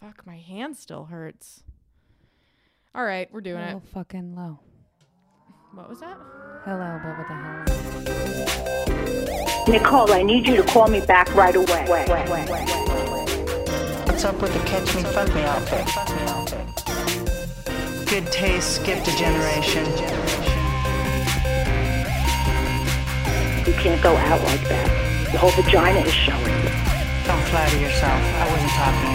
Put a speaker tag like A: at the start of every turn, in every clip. A: Fuck, my hand still hurts. All right, we're doing
B: Oh, fucking
A: it.
B: low.
A: What was that?
B: Hello, but what the hell?
C: Nicole, I need you to call me back right away.
D: What's up with the catch me, fuck me outfit? Good taste, skipped a generation.
C: You can't go out like that. The whole vagina is showing.
D: Don't flatter yourself. I wasn't talking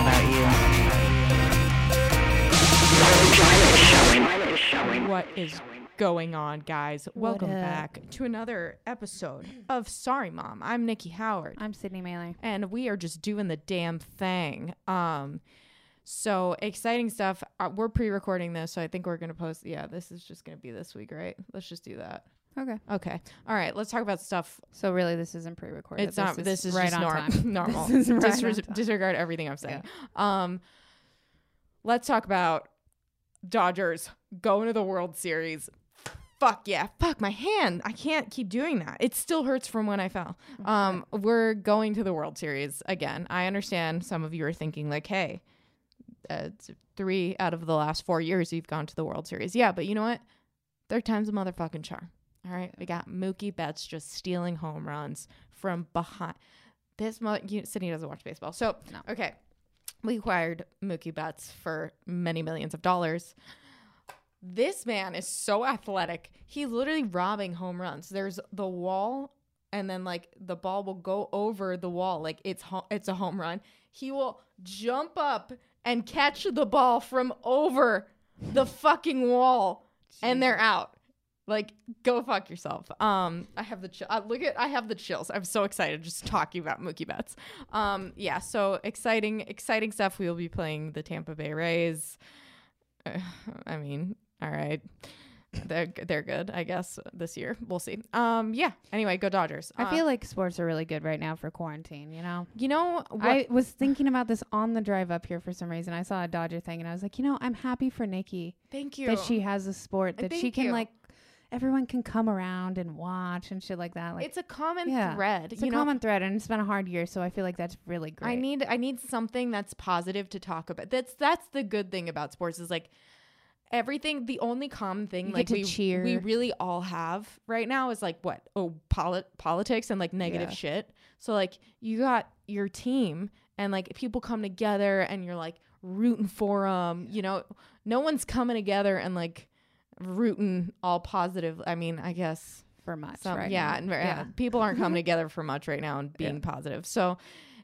D: about you.
C: The vagina is showing.
A: What is going on, guys? Welcome back to another episode of Sorry Mom. I'm Nikki Howard.
B: I'm Sydney Mailer.
A: and we are just doing the damn thing. Um, so exciting stuff. Uh, we're pre-recording this, so I think we're gonna post. Yeah, this is just gonna be this week, right? Let's just do that.
B: Okay.
A: Okay. All right. Let's talk about stuff.
B: So really, this isn't pre-recorded.
A: It's not. this is
B: right
A: just
B: on
A: norm-
B: time.
A: normal.
B: This is right
A: Disres-
B: on time.
A: disregard everything I'm saying. Um, let's talk about Dodgers going to the World Series. Fuck yeah. Fuck my hand. I can't keep doing that. It still hurts from when I fell. Um, we're going to the World Series again. I understand some of you are thinking, like, hey, uh, it's three out of the last four years you've gone to the World Series. Yeah, but you know what? Third time's a motherfucking charm. All right. We got Mookie Betts just stealing home runs from behind. This mo- you, Sydney doesn't watch baseball. So, okay. We acquired Mookie Betts for many millions of dollars. This man is so athletic. He's literally robbing home runs. There's the wall, and then like the ball will go over the wall, like it's ho- it's a home run. He will jump up and catch the ball from over the fucking wall, and they're out. Like, go fuck yourself. Um, I have the chill. Uh, look at, I have the chills. I'm so excited just talking about Mookie Betts. Um, yeah, so exciting, exciting stuff. We will be playing the Tampa Bay Rays. Uh, I mean, all right, they're they're good, I guess. This year, we'll see. Um, yeah. Anyway, go Dodgers. Uh,
B: I feel like sports are really good right now for quarantine. You know.
A: you know what?
B: I was thinking about this on the drive up here for some reason. I saw a Dodger thing and I was like, you know, I'm happy for Nikki
A: Thank you.
B: that she has a sport that she
A: Thank
B: can
A: you.
B: like everyone can come around and watch and shit like that. Like
A: it's a common
B: yeah.
A: thread.
B: It's
A: you
B: a
A: know,
B: common thread and it's been a hard year, so I feel like that's really great.
A: I need I need something that's positive to talk about. That's that's the good thing about sports is like everything the only common thing
B: You get
A: like
B: to
A: we
B: cheer.
A: we really all have right now is like what oh poli- politics and like negative
B: Yeah.
A: shit. So like you got your team and like people come together and you're like rooting for them, you know. No one's coming together and like rooting all positive. I mean, I guess
B: for much.
A: some,
B: right
A: yeah,
B: now.
A: and ver- yeah, people aren't coming together for much right now and being positive. So,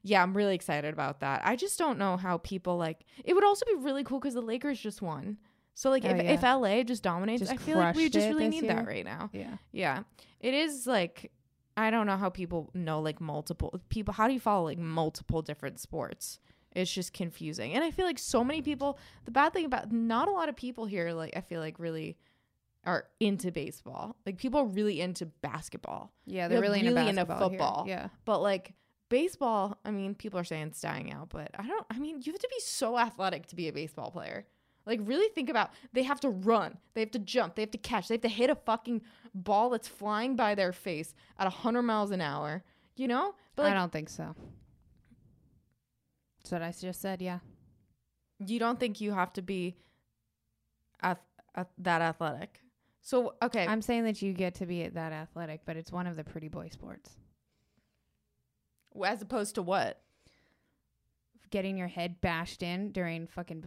A: yeah, I'm really excited about that. I just don't know how people like. It would also be really cool because the Lakers just won. So like,
B: Oh,
A: if,
B: yeah.
A: if LA just dominates,
B: Just
A: I feel like we
B: crushed
A: just
B: it
A: really
B: this
A: need
B: year.
A: that right now.
B: Yeah.
A: Yeah, it is like I don't know how people know like multiple people. How do you follow like multiple different sports? It's just confusing, and I feel like so many people. The bad thing about not a lot of people here, like I feel like really are into baseball. Like people are really into basketball.
B: Yeah, they're really into basketball here.
A: football.
B: Yeah.
A: but like baseball, I mean, people are saying it's dying out, but I don't. I mean, you have to be so athletic to be a baseball player. Like really think about they have to run, they have to jump, they have to catch, they have to hit a fucking ball that's flying by their face at 100 miles an hour. You know? But like,
B: I don't think so. That's what I s- just said, yeah.
A: you don't think you have to be ath- ath- that athletic. So okay,
B: I'm saying that you get to be that athletic, but it's one of the pretty boy sports.
A: as opposed to what?
B: Getting your head bashed in during fucking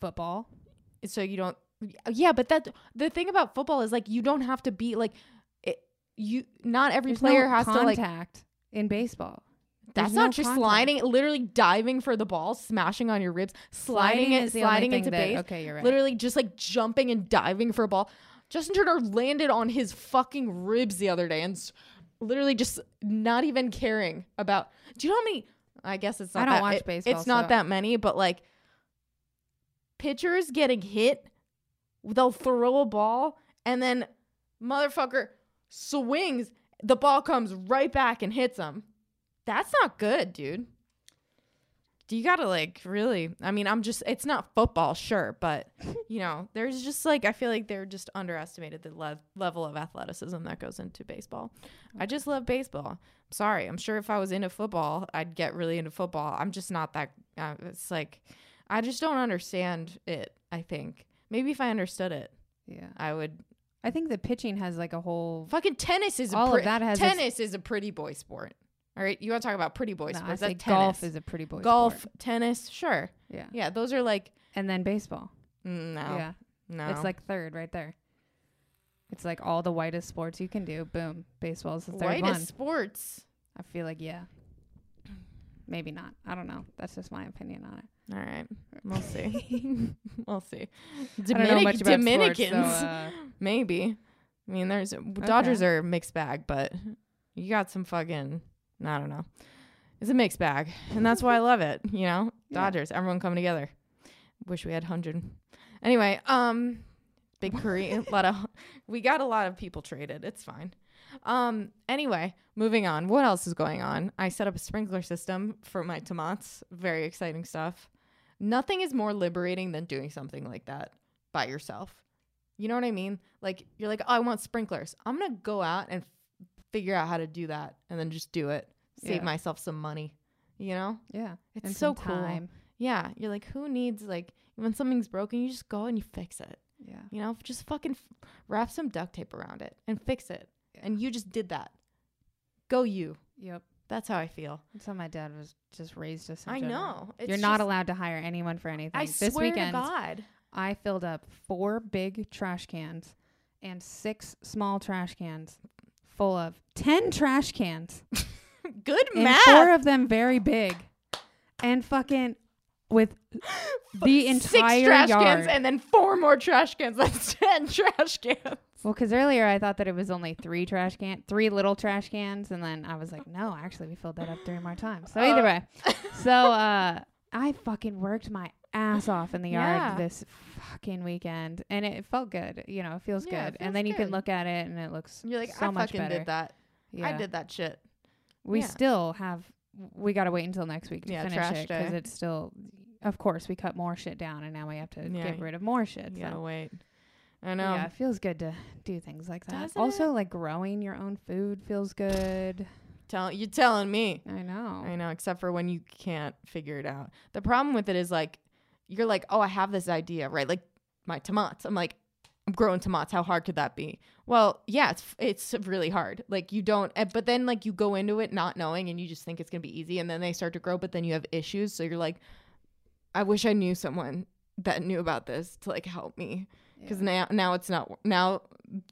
B: football.
A: so you don't yeah but that the thing about football is like you don't have to be like it, you not every
B: There's
A: player
B: no
A: has
B: contact
A: to like
B: in baseball.
A: that's
B: There's
A: not
B: no
A: just
B: contact.
A: sliding literally diving for the ball smashing on your ribs sliding,
B: Sliding
A: it
B: is the only
A: sliding
B: thing
A: into
B: that-
A: base
B: okay, you're right.
A: literally just like jumping and diving for a ball Justin Turner landed on his fucking ribs the other day and s- literally just not even caring about do you know how many I guess it's not
B: I don't
A: that-
B: watch
A: it-
B: baseball,
A: it's not
B: so-
A: that many but like pitchers getting hit they'll throw a ball and then motherfucker swings the ball comes right back and hits him that's not good dude you gotta like really i mean i'm just it's not football sure but you know there's just like i feel like they're just underestimated the le- level of athleticism that goes into baseball i just love baseball sorry i'm sure if i was into football i'd get really into football i'm just not that uh, it's like I just don't understand it, I think. Maybe if I understood it,
B: Yeah.
A: I would
B: I think the pitching has like a whole.
A: Fucking tennis is a
B: All of
A: pre-
B: that has its-
A: tennis is a pretty boy sport. All right, you want to talk about pretty boy
B: No, I
A: sports?
B: say
A: That's
B: golf
A: tennis.
B: is a pretty boy.
A: golf,
B: sport.
A: tennis, sure.
B: Yeah.
A: Yeah, those are like
B: And then baseball.
A: Mm, no,
B: Yeah.
A: no.
B: It's like third right there. It's like all the whitest sports you can do. Boom. Baseball's the third
A: white
B: one.
A: is sports.
B: I feel like yeah. Maybe not. I don't know. That's just my opinion on it.
A: All right, we'll see. we'll see.
B: I don't know
A: Dominic-
B: much about
A: Dominicans,
B: sports, so, uh,
A: maybe. I mean, there's Dodgers are a mixed bag, but you got some fucking. I don't know. It's a mixed bag, and that's why I love it. You know,
B: Yeah.
A: Dodgers, everyone coming together. Wish we had hundred. Anyway, um, big Korean, lot of we got a lot of people traded. It's fine. Um, anyway, moving on. What else is going on? I set up a sprinkler system for my tomats. Very exciting stuff. Nothing is more liberating than doing something like that by yourself. You know what I mean? Like you're like, oh, I want sprinklers. I'm gonna go out and f- figure out how to do that, and then just do it. Save
B: Yeah.
A: myself some money. You know?
B: yeah.
A: It's
B: and
A: so
B: some
A: cool.
B: time.
A: Yeah. You're like, who needs like when something's broken, you just go and you fix it.
B: Yeah.
A: You know, just fucking f- wrap some duct tape around it and fix it. And you just did that. Go you.
B: Yep.
A: That's how I feel.
B: That's how my dad was just raised us. in
A: I
B: general.
A: know. It's
B: You're not
A: just-
B: allowed to hire anyone for anything.
A: I
B: this
A: swear
B: weekend,
A: to God.
B: I filled up four big trash cans and six small trash cans full of 10 trash cans.
A: Good
B: And
A: math.
B: four of them very big. And fucking with the
A: Six
B: entire
A: trash
B: yard.
A: cans and then four more trash cans. That's ten trash cans.
B: well, because earlier I thought that it was only three trash cans, three little trash cans. And then I was like, no, actually, we filled that up three more times. So
A: Oh.
B: either way. So uh, I fucking worked my ass off in the yard
A: Yeah.
B: this fucking weekend. And it felt good. You know, it feels
A: Yeah, it
B: good.
A: feels
B: and then you
A: good.
B: can look at it and it looks
A: You're like,
B: so
A: I
B: much
A: fucking
B: better.
A: did that. I
B: Yeah.
A: did that shit.
B: We
A: Yeah.
B: still have. We gotta wait until next week to
A: Yeah,
B: finish
A: trash
B: it because
A: day.
B: it's still. Of course, we cut more shit down, and now we have to
A: Yeah,
B: get
A: you-
B: rid of more shit.
A: You gotta
B: so.
A: wait. I know.
B: Yeah, it feels good to do things like that.
A: Doesn't
B: also, like growing your own food feels good.
A: Tell you're telling me.
B: I know.
A: I know, except for when you can't figure it out. The problem with it is like you're like, oh, I have this idea, right? Like my tomats. I'm like, I'm growing tomats. How hard could that be? Well, yeah, it's it's really hard. Like you don't, eh, but then like you go into it not knowing, and you just think it's gonna be easy, and then they start to grow, but then you have issues. So you're like, I wish I knew someone that knew about this to like help me, because now now it's not now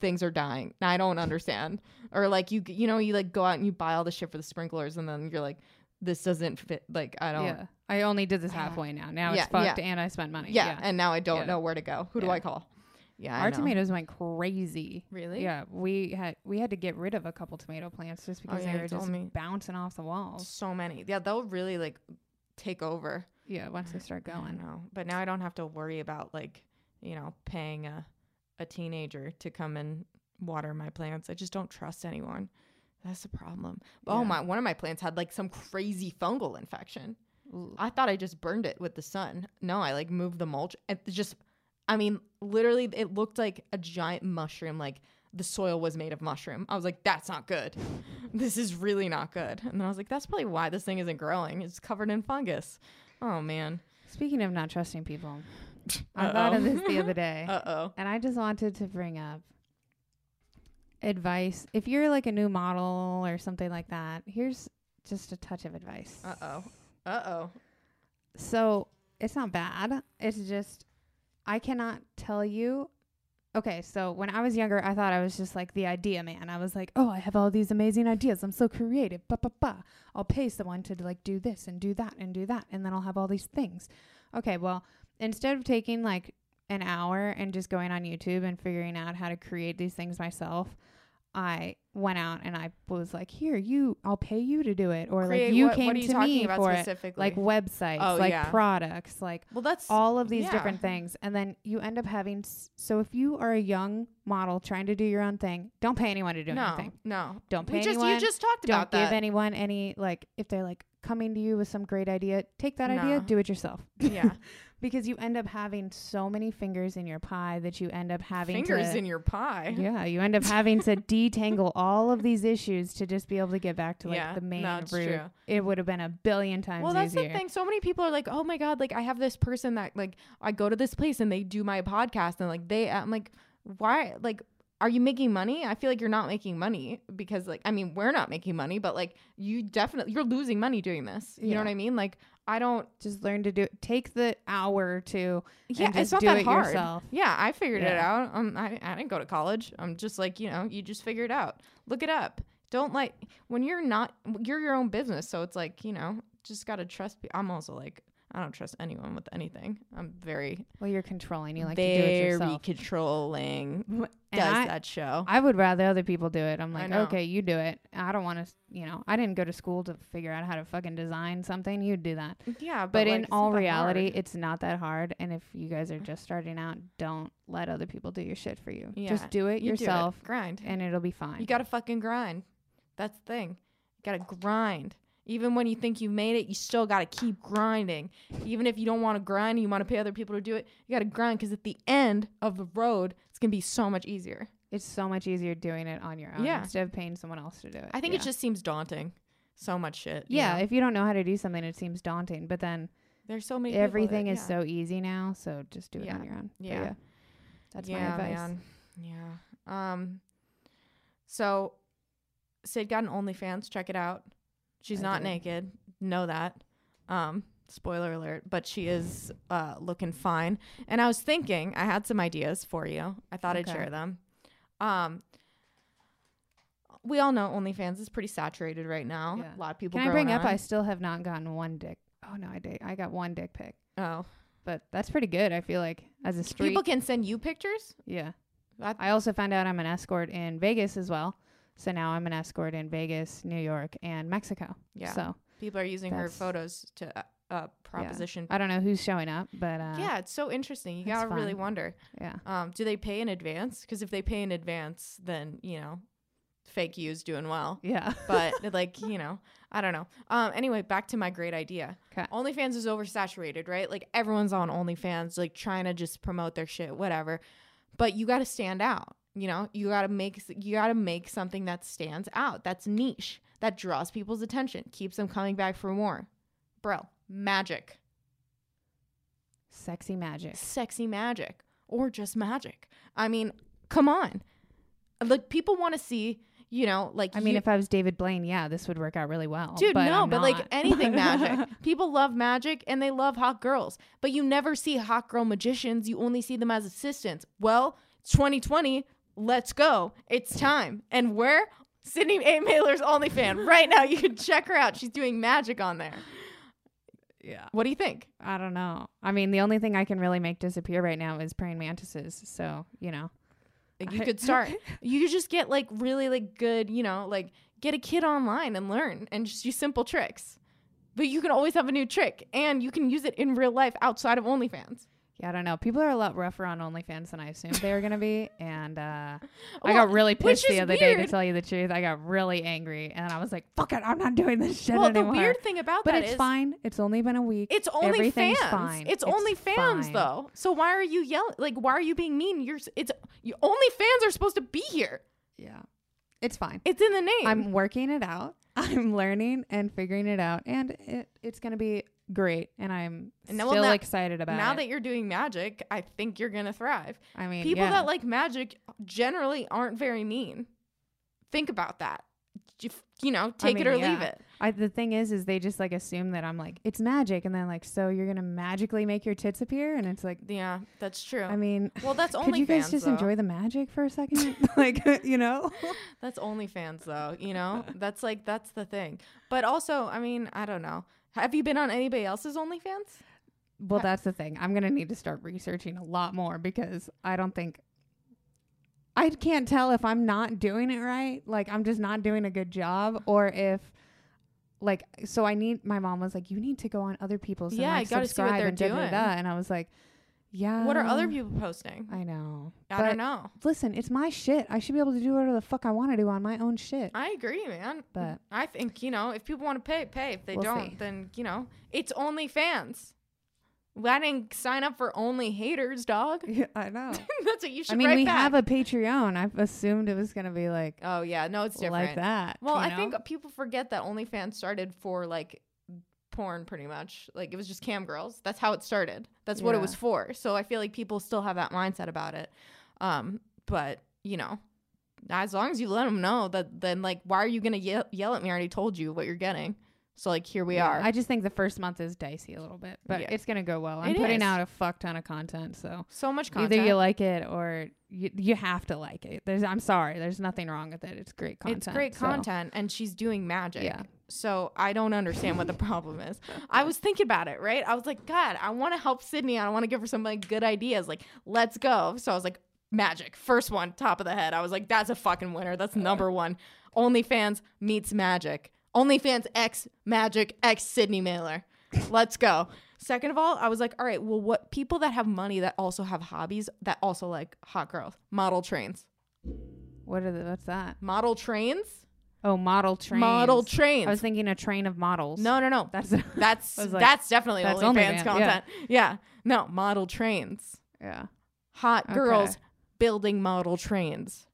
A: things are dying. I don't understand, or like you you know you like go out and you buy all the shit for the sprinklers, and then you're like, this doesn't fit. Like I don't.
B: Yeah, I only did this halfway now. Now
A: Yeah,
B: it's fucked,
A: yeah.
B: and I spent money.
A: Yeah, and now I don't
B: Yeah.
A: know where to go. Who do
B: Yeah.
A: I call? Yeah, I
B: our
A: know.
B: tomatoes went crazy.
A: Really?
B: Yeah, we had we had to get rid of a couple tomato plants just because
A: yeah,
B: they
A: you
B: were
A: told
B: just
A: me.
B: bouncing off the walls.
A: so many. Yeah, they'll really like take over.
B: Yeah, once they start
A: I
B: going.
A: know, but now I don't have to worry about like you know paying a a teenager to come and water my plants. I just don't trust anyone. That's the problem. Oh
B: Yeah.
A: my! One of my plants had like some crazy fungal infection.
B: Ooh.
A: I thought I just burned it with the sun. No, I like moved the mulch. It just, I mean, literally, it looked like a giant mushroom. Like the soil was made of mushroom. I was like, that's not good. This is really not good. And then I was like, that's probably why this thing isn't growing. It's covered in fungus. Oh man.
B: Speaking of not trusting people, I thought of this the other day,
A: Uh oh.
B: and I just wanted to bring up advice. If you're like a new model or something like that, here's just a touch of advice.
A: Uh oh. Uh oh.
B: So it's not bad. It's just I cannot tell you. Okay, so when I was younger, I thought I was just like the idea man. I was like, oh, I have all these amazing ideas. I'm so creative. Ba ba ba. I'll pay someone to like do this and do that and do that, and then I'll have all these things. Okay, well, instead of taking like an hour and just going on YouTube and figuring out how to create these things myself, I went out and I was like, here, you, I'll pay you to do it, or
A: Create
B: like you
A: what-
B: came
A: what are you
B: to
A: talking
B: me
A: about
B: for it,
A: specifically?
B: like websites,
A: Oh,
B: like
A: yeah.
B: products, like
A: Well, that's
B: all of these
A: yeah.
B: different things and then you end up having s- so if you are a young model trying to do your own thing don't pay anyone to do
A: no,
B: anything
A: no.
B: Don't
A: we
B: pay
A: just,
B: anyone.
A: You just talked
B: don't
A: about
B: give
A: that.
B: anyone any like if they're like coming to you with some great idea, take that idea,
A: No.
B: do it yourself.
A: Yeah.
B: because you end up having so many fingers in your pie that you end up having
A: Fingers
B: to,
A: in your pie.
B: yeah, you end up having to detangle all of these issues to just be able to get back to like
A: Yeah,
B: the main
A: no, it's
B: root.
A: true.
B: It would have been a billion times
A: Well, that's
B: easier.
A: the thing. So many people are like, "Oh my god, like I have this person that like I go to this place and they do my podcast and like they I'm like, "Why like are you making money? I feel like you're not making money because like I mean, we're not making money, but like you definitely you're losing money doing this. You
B: Yeah.
A: know what I mean? Like I don't
B: Just learn to do it. Take the hour or two.
A: yeah,
B: and
A: it's
B: just
A: not
B: do
A: that
B: it
A: hard.
B: yourself.
A: Yeah, I figured it
B: Yeah.
A: out. Um, I, I didn't go to college. I'm just like, you know, you just figure it out. Look it up. Don't like when you're not, you're your own business. So it's like, you know, just got to trust. pe- I'm also like, I don't trust anyone with anything. I'm very,
B: Well, you're controlling. You like to do it
A: very
B: yourself.
A: controlling. Does
B: And I-
A: that show?
B: I would rather other people do it. I'm like,
A: know.
B: okay, you do it. I don't want to, you know, I didn't go to school to figure out how to fucking design something. You do that.
A: yeah, but,
B: But,
A: like,
B: in
A: it's not
B: all
A: that
B: reality,
A: hard.
B: it's not that hard. And if you guys are just starting out, don't let other people do your shit for you.
A: Yeah,
B: Just do it
A: you
B: yourself
A: Grind.
B: and it'll be fine.
A: You got to fucking grind. That's the thing. You got to grind. Even when you think you've made it, you still got to keep grinding. Even if you don't want to grind, you want to pay other people to do it, you got to grind because at the end of the road, it's going to be so much easier.
B: it's so much easier doing it on your own
A: Yeah.
B: instead of paying someone else to do it.
A: I think
B: Yeah.
A: it just seems daunting. So much shit. you
B: Yeah,
A: know?
B: if you don't know how to do something, it seems daunting. But then
A: There's so many. people that-
B: everything is
A: yeah.
B: so easy now, so just do it
A: Yeah.
B: on your own. But
A: Yeah.
B: that's
A: Yeah,
B: my advice.
A: man. Yeah. Um. So, Sid got an OnlyFans. Check it out. She's
B: I
A: not
B: did.
A: naked. Know that. Um. Spoiler alert, but she is uh looking fine. And I was thinking, I had some ideas for you. I thought I'd
B: Okay.
A: share them. Um. We all know OnlyFans is pretty saturated right now.
B: Yeah.
A: A lot of people.
B: Can I bring up? I
A: I
B: still have not gotten one dick. Oh no, I did. I got one dick pic,
A: oh,
B: but that's pretty good. I feel like as a street.
A: people can send you pictures.
B: yeah.
A: That-
B: I also found out I'm an escort in Vegas as well. So now I'm an escort in Vegas, New York, and Mexico.
A: Yeah.
B: So
A: People are using her
B: That's-
A: photos to uh, uh proposition
B: I don't know who's showing up, but uh,
A: yeah, it's so interesting. You
B: that's
A: gotta really
B: fun.
A: wonder.
B: yeah.
A: Um, do they pay in advance? Because if they pay in advance, then you know, fake you's doing well.
B: Yeah.
A: But like you know, I don't know. Um, anyway, back to my great idea.
B: 'Kay.
A: OnlyFans is oversaturated, right? Like everyone's on OnlyFans, like trying to just promote their shit, whatever. But you gotta stand out. You know, you gotta make you gotta make something that stands out. That's niche. That draws people's attention. Keeps them coming back for more. Bro, magic
B: Sexy magic.
A: sexy magic or just magic. I mean, come on. Like people want to see, you know, like
B: I mean,
A: you-
B: if I was David Blaine, yeah, this would work out really well.
A: dude, no,
B: I'm
A: but like
B: not.
A: anything magic. People love magic and they love hot girls, but you never see hot girl magicians. You only see them as assistants. Well, 2020, let's go. It's time. And where? Sydney A. Mailer's OnlyFan right now. You can check her out. She's doing magic on there.
B: yeah.
A: What do you think?
B: I don't know. I mean, the only thing I can really make disappear right now is praying mantises. So you know,
A: Like, you could start. you could just get like really like good, you know, like get a kid online and learn and just use simple tricks. But you can always have a new trick and you can use it in real life outside of OnlyFans.
B: yeah, I don't know. People are a lot rougher on OnlyFans than I assumed they were gonna be, and uh, I
A: Well,
B: got really
A: which
B: pissed
A: is
B: the other day. To
A: weird.
B: tell you the truth, I got really angry, and I was like, "Fuck it, I'm not doing this shit
A: Well,
B: anymore."
A: the weird thing about
B: but
A: that
B: it's
A: is
B: fine. It's only been a week.
A: it's only
B: Everything's
A: fans.
B: fine.
A: It's, only fans
B: fine.
A: though. So why are you yelling? Like why are you being mean? You're s- it's you, only fans are supposed to be here.
B: Yeah, it's fine.
A: It's in the name.
B: I'm working it out. I'm learning and figuring it out, and it, it's gonna be great. And I'm
A: And now-
B: still
A: well, now-
B: excited about
A: now
B: it.
A: that you're doing magic, I think you're gonna thrive.
B: I mean,
A: People
B: yeah.
A: that like magic generally aren't very mean. Think about that. You, you know,
B: I
A: take
B: mean,
A: it or
B: yeah.
A: leave it.
B: I, the thing is, is they just like assume that I'm like it's magic, and then like so you're gonna magically make your tits appear, and it's like
A: Yeah, that's true.
B: I mean,
A: well, that's
B: could
A: only
B: you guys
A: fans.
B: just
A: Oh. though.
B: enjoy the magic for a second? like uh, you know,
A: That's OnlyFans, though. You know, that's like that's the thing. But also, I mean, I don't know. Have you been on anybody else's OnlyFans?
B: well that's the thing. I'm gonna need to start researching a lot more because I don't think. I can't tell if I'm not doing it right, like I'm just not doing a good job, or if, like, so I need. My mom was like, "You need to go on other people's."
A: Yeah,
B: and,
A: you
B: like,
A: gotta see what
B: subscribe
A: they're
B: and da, da, da,
A: doing.
B: da." And I was like, Yeah.
A: What are other people posting?
B: I know.
A: I,
B: Um, But
A: don't know.
B: Listen, it's my shit. I should be able to do whatever the fuck I want to do on my own shit.
A: I agree, man.
B: But-
A: I think you know, if people want to pay, pay. If they
B: We'll
A: don't,
B: see.
A: then you know, it's only fans. I didn't sign up for only haters, dog.
B: Yeah, I know.
A: That's what you should.
B: I mean,
A: write
B: we
A: back.
B: have a Patreon. I assumed it was gonna be like
A: Oh yeah, no, it's different.
B: like that.
A: Well,
B: you
A: I
B: know?
A: think people forget that OnlyFans started for like porn, pretty much. Like it was just cam girls. That's how it started. That's what it
B: Yeah.
A: was for. So I feel like people still have that mindset about it. Um, but you know, as long as you let them know that, then like, why are you gonna yell, yell at me? I already told you what you're getting. So like, here we
B: Yeah,
A: are.
B: I just think the first month is dicey a little bit, but
A: Yeah.
B: it's gonna go well. I'm
A: It
B: putting
A: is.
B: out a fuck ton of content, so
A: so much content.
B: either you like it or you, you have to like it. There's I'm sorry, there's nothing wrong with it. It's great content.
A: It's great
B: so-
A: content, and she's doing magic.
B: Yeah.
A: So I don't understand what the problem is. I was thinking about it, right? I was like, God, I want to help Sydney. I want to give her some like good ideas. Like, let's go. So I was like, magic, first one, top of the head. I was like, that's a fucking winner. That's number one. OnlyFans meets magic. OnlyFans X magic X Sydney Mailer. Let's go. Second of all, I was like, all right, well, what people that have money that also have hobbies that also like hot girls, model trains,
B: What are the, what's that?
A: model trains.
B: Oh, model trains.
A: Model trains.
B: I was thinking a train of models.
A: No, no, no.
B: that's
A: That's
B: I was like,
A: that's definitely
B: that's
A: OnlyFans
B: OnlyFans,
A: content. Yeah. No, model trains.
B: yeah.
A: Hot girls
B: Okay.
A: building model trains.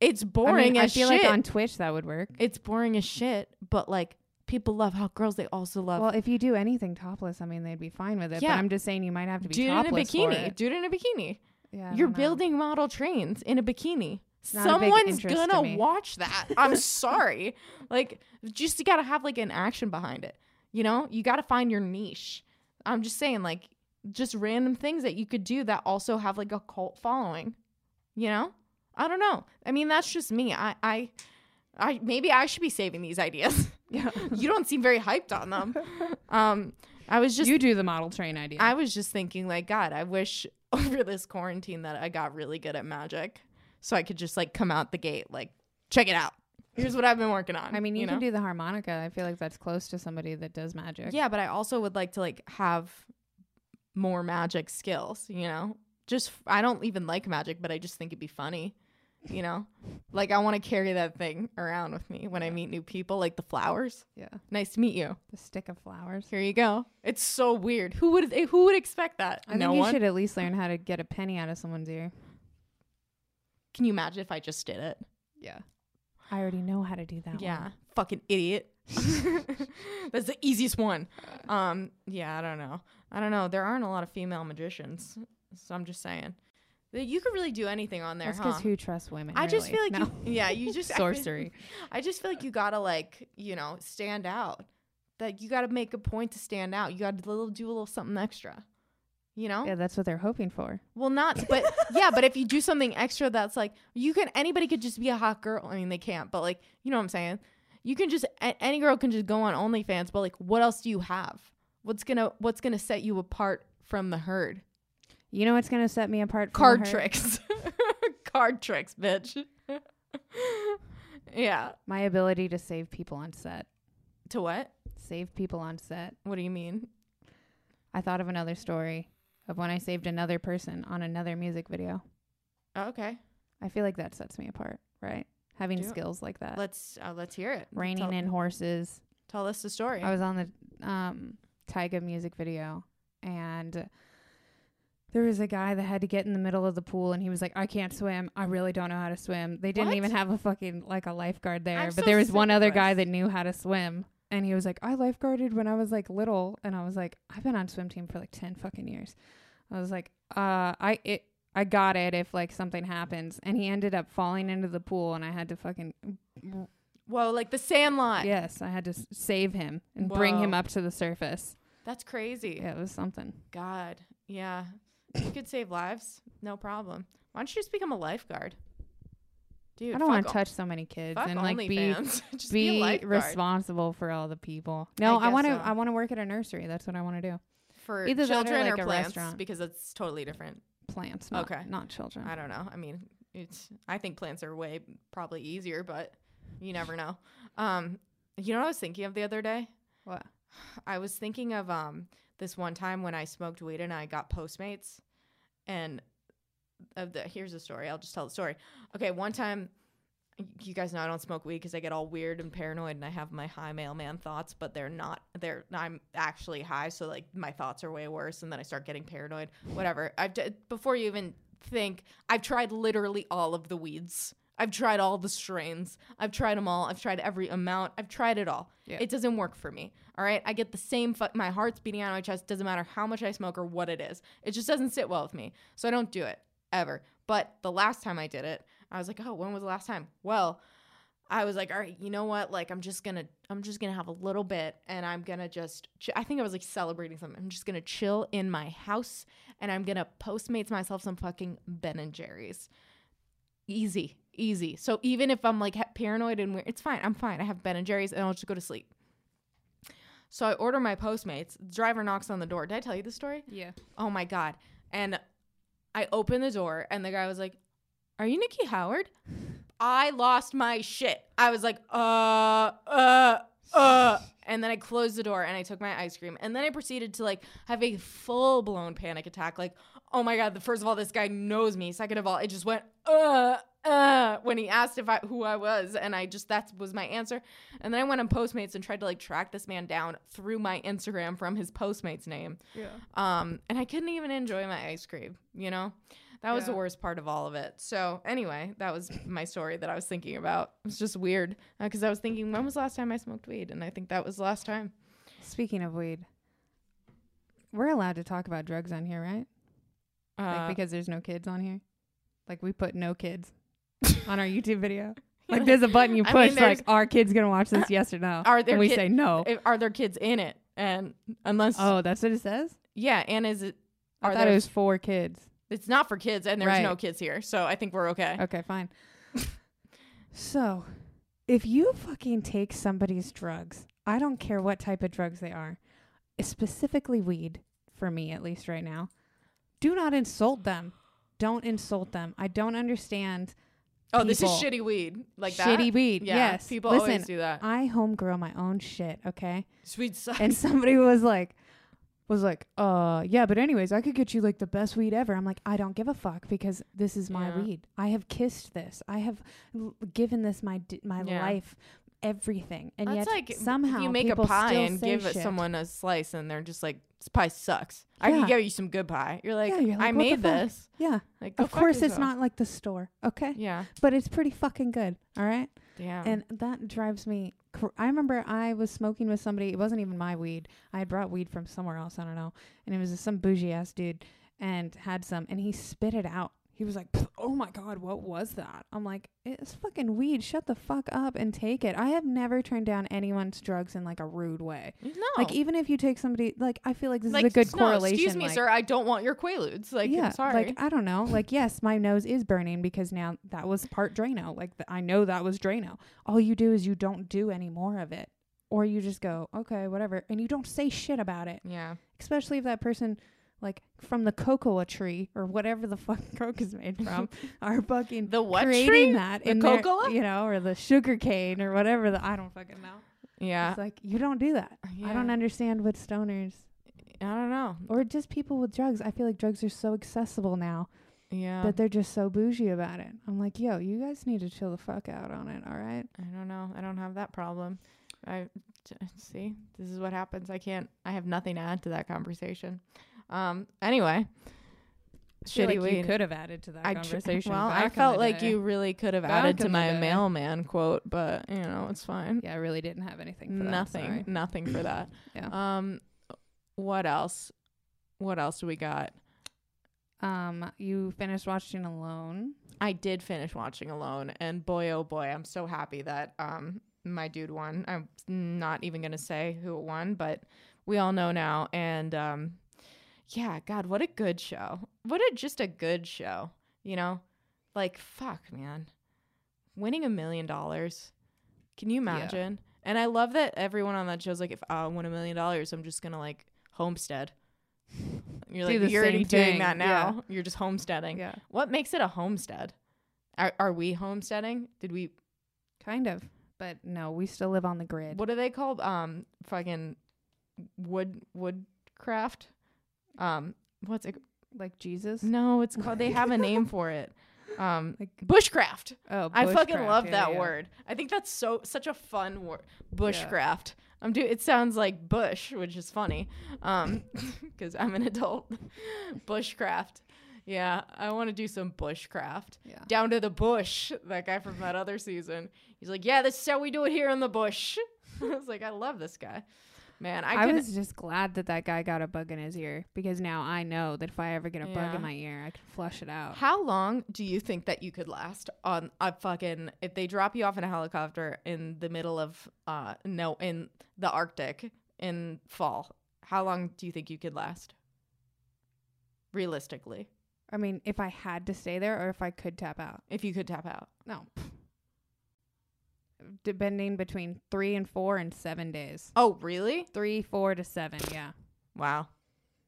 A: It's
B: I mean,
A: boring
B: I
A: as
B: feel
A: shit.
B: like on Twitch that would work.
A: it's boring as shit, but like people love hot girls. They also love
B: Well, if you do anything topless, I mean, they'd be fine with it.
A: Yeah.
B: But I'm just saying you might have to be
A: dude in a
B: topless for
A: bikini.
B: it.
A: Dude in a bikini.
B: Yeah, I
A: You're
B: don't know.
A: building model trains in a bikini.
B: not a big
A: Someone's
B: interest to
A: gonna
B: me.
A: watch that. I'm sorry. Like, just you gotta have like an action behind it. You know, you gotta find your niche. I'm just saying, like, just random things that you could do that also have like a cult following. You know, I don't know. I mean, that's just me. I, I, I maybe I should be saving these ideas.
B: Yeah.
A: you don't seem very hyped on them. Um, I was just
B: you do the model train idea.
A: I was just thinking, like, God, I wish over this quarantine that I got really good at magic so I could just like come out the gate, like, check it out. Here's what I've been working on.
B: I mean, you,
A: know?
B: can do the harmonica. I feel like that's close to somebody that does magic.
A: Yeah, but I also would like to like have more magic skills, you know? Just, I don't even like magic, but I just think it'd be funny, you know? like, I want to carry that thing around with me when I meet new people, like the flowers.
B: Yeah.
A: Nice to meet you.
B: The stick of flowers.
A: Here you go. It's so weird. Who would eh, who would expect that?
B: I
A: no
B: think you
A: one.
B: should at least learn how to get a penny out of someone's ear.
A: Can you imagine if I just did it?
B: Yeah. I already know how to do that.
A: Yeah. Fucking idiot. That's the easiest one. Um, yeah, I don't know. I don't know. There aren't a lot of female magicians. So I'm just saying. That You could really do anything on there,
B: That's
A: huh?
B: because who trusts women?
A: I just feel
B: really?
A: like you, yeah, you just I feel-
B: sorcery.
A: I just feel like you gotta like, you know, stand out. That you gotta make a point to stand out. You gotta little do a little something extra. You know?
B: yeah, that's what they're hoping for.
A: Well, not, but yeah, but if you do something extra, that's like you can anybody could just be a hot girl. I mean, they can't, but like you know what I'm saying. You can just a- any girl can just go on OnlyFans, but like, what else do you have? What's gonna What's gonna set you apart from the herd?
B: You know what's gonna set me apart? From
A: Card
B: her?
A: tricks, card tricks, bitch. yeah.
B: My ability to save people on set.
A: To what?
B: Save people on set.
A: What do you mean?
B: I thought of another story of when I saved another person on another music video.
A: Oh, okay.
B: I feel like that sets me apart, right? Having
A: Do it.
B: skills like that.
A: Let's uh, Let's hear it.
B: Reining
A: tell,
B: in horses.
A: Tell us the story.
B: I was on the um Tyga music video and there was a guy that had to get in the middle of the pool and he was like, I can't swim. I really don't know how to swim. They didn't
A: What?
B: even have a fucking like a lifeguard there.
A: I'm
B: but
A: so
B: there was
A: sick
B: one
A: of
B: other
A: this.
B: guy that knew how to swim and he was like, I lifeguarded when I was like little and I was like, I've been on swim team for like ten fucking years. I was like, uh I it I got it if like something happens and he ended up falling into the pool and I had to fucking
A: Whoa, like the Sandlot.
B: yes, I had to s- save him and bring him
A: Whoa.
B: up to the surface.
A: That's crazy.
B: Yeah, it was something.
A: God, yeah. You could save lives, no problem. Why don't you just become a lifeguard? Dude,
B: I don't
A: want
B: want to touch so many kids
A: fuck
B: and like be
A: OnlyFans. just be, a
B: be,
A: lifeguard
B: responsible for all the people. No, I
A: guess
B: want to
A: so.
B: I want to work at a nursery. That's what I want to do.
A: for
B: either that or,
A: children
B: like,
A: or
B: a
A: plants
B: restaurant.
A: because it's totally different.
B: Plants, not,
A: Okay.
B: not children.
A: I don't know. I mean, it's I think plants are way probably easier, but you never know. Um, you know what I was thinking of the other day?
B: What?
A: I was thinking of um this one time when I smoked weed and I got Postmates, and of the here's the story. I'll just tell the story. Okay, one time, you guys know I don't smoke weed because I get all weird and paranoid and I have my high mailman thoughts, but they're not. They're I'm actually high, so like my thoughts are way worse, and then I start getting paranoid. Whatever. I've d- before you even think I've tried literally all of the weeds. I've tried all the strains. I've tried them all. I've tried every amount. I've tried it all.
B: Yeah.
A: It doesn't work for me. All right. I get the same. Fu- my heart's beating out of my chest. Doesn't matter how much I smoke or what it is. It just doesn't sit well with me. So I don't do it ever. But the last time I did it, I was like, oh, when was the last time? Well, I was like, all right, you know what? Like, I'm just gonna, I'm just gonna have a little bit, and I'm gonna just, ch- I think I was like celebrating something. I'm just gonna chill in my house, and I'm gonna Postmates myself some fucking Ben and Jerry's. Easy, easy. So even if I'm like he- paranoid and weird, it's fine. I'm fine. I have Ben and Jerry's, and I'll just go to sleep. So I order my Postmates. driver knocks on the door. Did I tell you this story?
B: Yeah.
A: Oh my god! And I opened the door, and the guy was like, "Are you Nikki Howard?" I lost my shit. I was like, uh, uh, uh. And then I closed the door and I took my ice cream. And then I proceeded to like have a full blown panic attack. Like, oh my God, first of all, this guy knows me. Second of all, it just went, uh, uh, when he asked if I, who I was. And I just, that was my answer. And then I went on Postmates and tried to like track this man down through my Instagram from his Postmates name.
B: Yeah.
A: Um, and I couldn't even enjoy my ice cream, you know? That was the
B: Yeah.
A: worst part of all of it. So, anyway, that was my story that I was thinking about. It was just weird because I was thinking, when was the last time I smoked weed? And I think that was the last time.
B: Speaking of weed, we're allowed to talk about drugs on here, right? Like
A: Uh,
B: because there's no kids on here. Like we put no kids on our YouTube video. Like there's a button you
A: I mean,
B: push
A: there's-
B: like are kids gonna watch this yes or no?
A: Are there
B: and we
A: kid-
B: say no.
A: if- are there kids in it? And unless,
B: oh, that's what it says?
A: yeah, and is it,
B: I
A: are
B: thought
A: there,
B: it was for kids.
A: it's not for kids and there's
B: Right.
A: no kids here. So, I think we're okay.
B: Okay, fine. so, if you fucking take somebody's drugs, I don't care what type of drugs they are, specifically weed, for me at least right now, do not insult them. Don't insult them. I don't understand.
A: oh, this is
B: people-
A: shitty weed. Like that?
B: shitty weed. yes.
A: People
B: Listen,
A: always do that.
B: I homegrow my own shit, okay?
A: Sweet sucks.
B: and somebody was like was like uh yeah but anyways i could get you like the best weed ever i'm like i don't give a fuck because this is my
A: Yeah.
B: weed i have kissed this i have l- given this my d- my
A: Yeah.
B: life everything and
A: That's
B: yet
A: like
B: somehow
A: if you make a
B: people
A: pie
B: still
A: and
B: say
A: give it
B: shit.
A: someone a slice and they're just like this pie sucks i
B: Yeah.
A: can give you some good pie you're like,
B: Yeah, you're
A: i
B: like, what the
A: made
B: fuck?"
A: this
B: yeah
A: like the
B: of
A: fuck
B: course
A: is
B: it's
A: up?
B: not like the store okay
A: yeah
B: but it's pretty fucking good all right
A: damn
B: and that drives me cr- i remember i was smoking with somebody it wasn't even my weed i had brought weed from somewhere else i don't know and it was just some bougie ass dude and had some and he spit it out he was like "Pff, oh my god what was that i'm like it's fucking weed shut the fuck up and take it i have never turned down anyone's drugs in like a rude way
A: no
B: like even if you take somebody like i feel like this
A: Like,
B: is a good
A: s- no,
B: correlation
A: excuse me
B: like-
A: sir i don't want your quaaludes like i'm sorry
B: like I don't know. Like yes, my nose is burning because now that was part Drano. Like th- I know that was Drano. All you do is you don't do any more of it, or you just go okay, whatever, and you don't say shit about it.
A: yeah
B: Especially if that person, like from the cocoa tree or whatever the fuck coke is made from, are fucking
A: The what
B: creating
A: tree?
B: that
A: The
B: in their-
A: cocoa?
B: you know, or the sugar cane or whatever. The I don't fucking know.
A: yeah
B: It's like you don't do that. I don't
A: Yeah.
B: understand what stoners
A: i don't know
B: or just people with drugs. I feel like drugs are so accessible now
A: yeah
B: that they're just so bougie about it. I'm like, yo, you guys need to chill the fuck out on it, all right?
A: i don't know i don't have that problem i t- see this is what happens i can't i have nothing to add to that conversation um anyway shitty weed
B: have added to that
A: I tr- well, I felt like you really could have
B: Back
A: added to
B: in the
A: my
B: day.
A: mailman quote, but you know it's fine.
B: Yeah, I really didn't have anything. For
A: nothing, nothing for that.
B: Yeah.
A: Um, what else? What else do we got?
B: Um, you finished watching Alone.
A: I did finish watching Alone, and boy, oh boy, I'm so happy that um my dude won. I'm not even gonna say who it won, but we all know now. And um, yeah, God, what a good show! What a just a good show. You know, like fuck, man, winning a million dollars. Can you imagine? And I love that everyone on that show's like, if I win a million dollars, I'm just gonna like homestead. You're
B: Do
A: like,
B: the
A: you're already
B: same
A: doing
B: thing,
A: that
B: yeah.
A: now. You're just homesteading.
B: Yeah,
A: What makes it a homestead? Are, are we homesteading? Did we?
B: kind of. But no, we still live on the grid.
A: What do they call um fucking wood woodcraft. Um, what's it?
B: like Jesus.
A: No, it's called. They have a name for it. Um,
B: Like
A: bushcraft.
B: oh,
A: I fucking
B: bushcraft.
A: love
B: Yeah,
A: that
B: yeah.
A: word. I think that's so such a fun word. Bushcraft. I'm do. It sounds like bush, which is funny, um, because I'm an adult. bushcraft. Yeah, I want to do some bushcraft.
B: Yeah.
A: Down to the bush. That guy from that other season. He's like, yeah, this is how we do it here in the bush. I was like, I love this guy. Man, I,
B: I,
A: could,
B: was just glad that that guy got a bug in his ear because now I know that if I ever get a bug
A: Yeah.
B: in my ear, I can flush it out.
A: How long do you think that you could last on a fucking if they drop you off in a helicopter in the middle of uh no in the Arctic in fall? How long do you think you could last? Realistically,
B: I mean, if I had to stay there or if I could tap out.
A: if you could tap out.
B: No. Depending between three and four and seven days.
A: Oh, really?
B: Three, four to seven. Yeah.
A: Wow.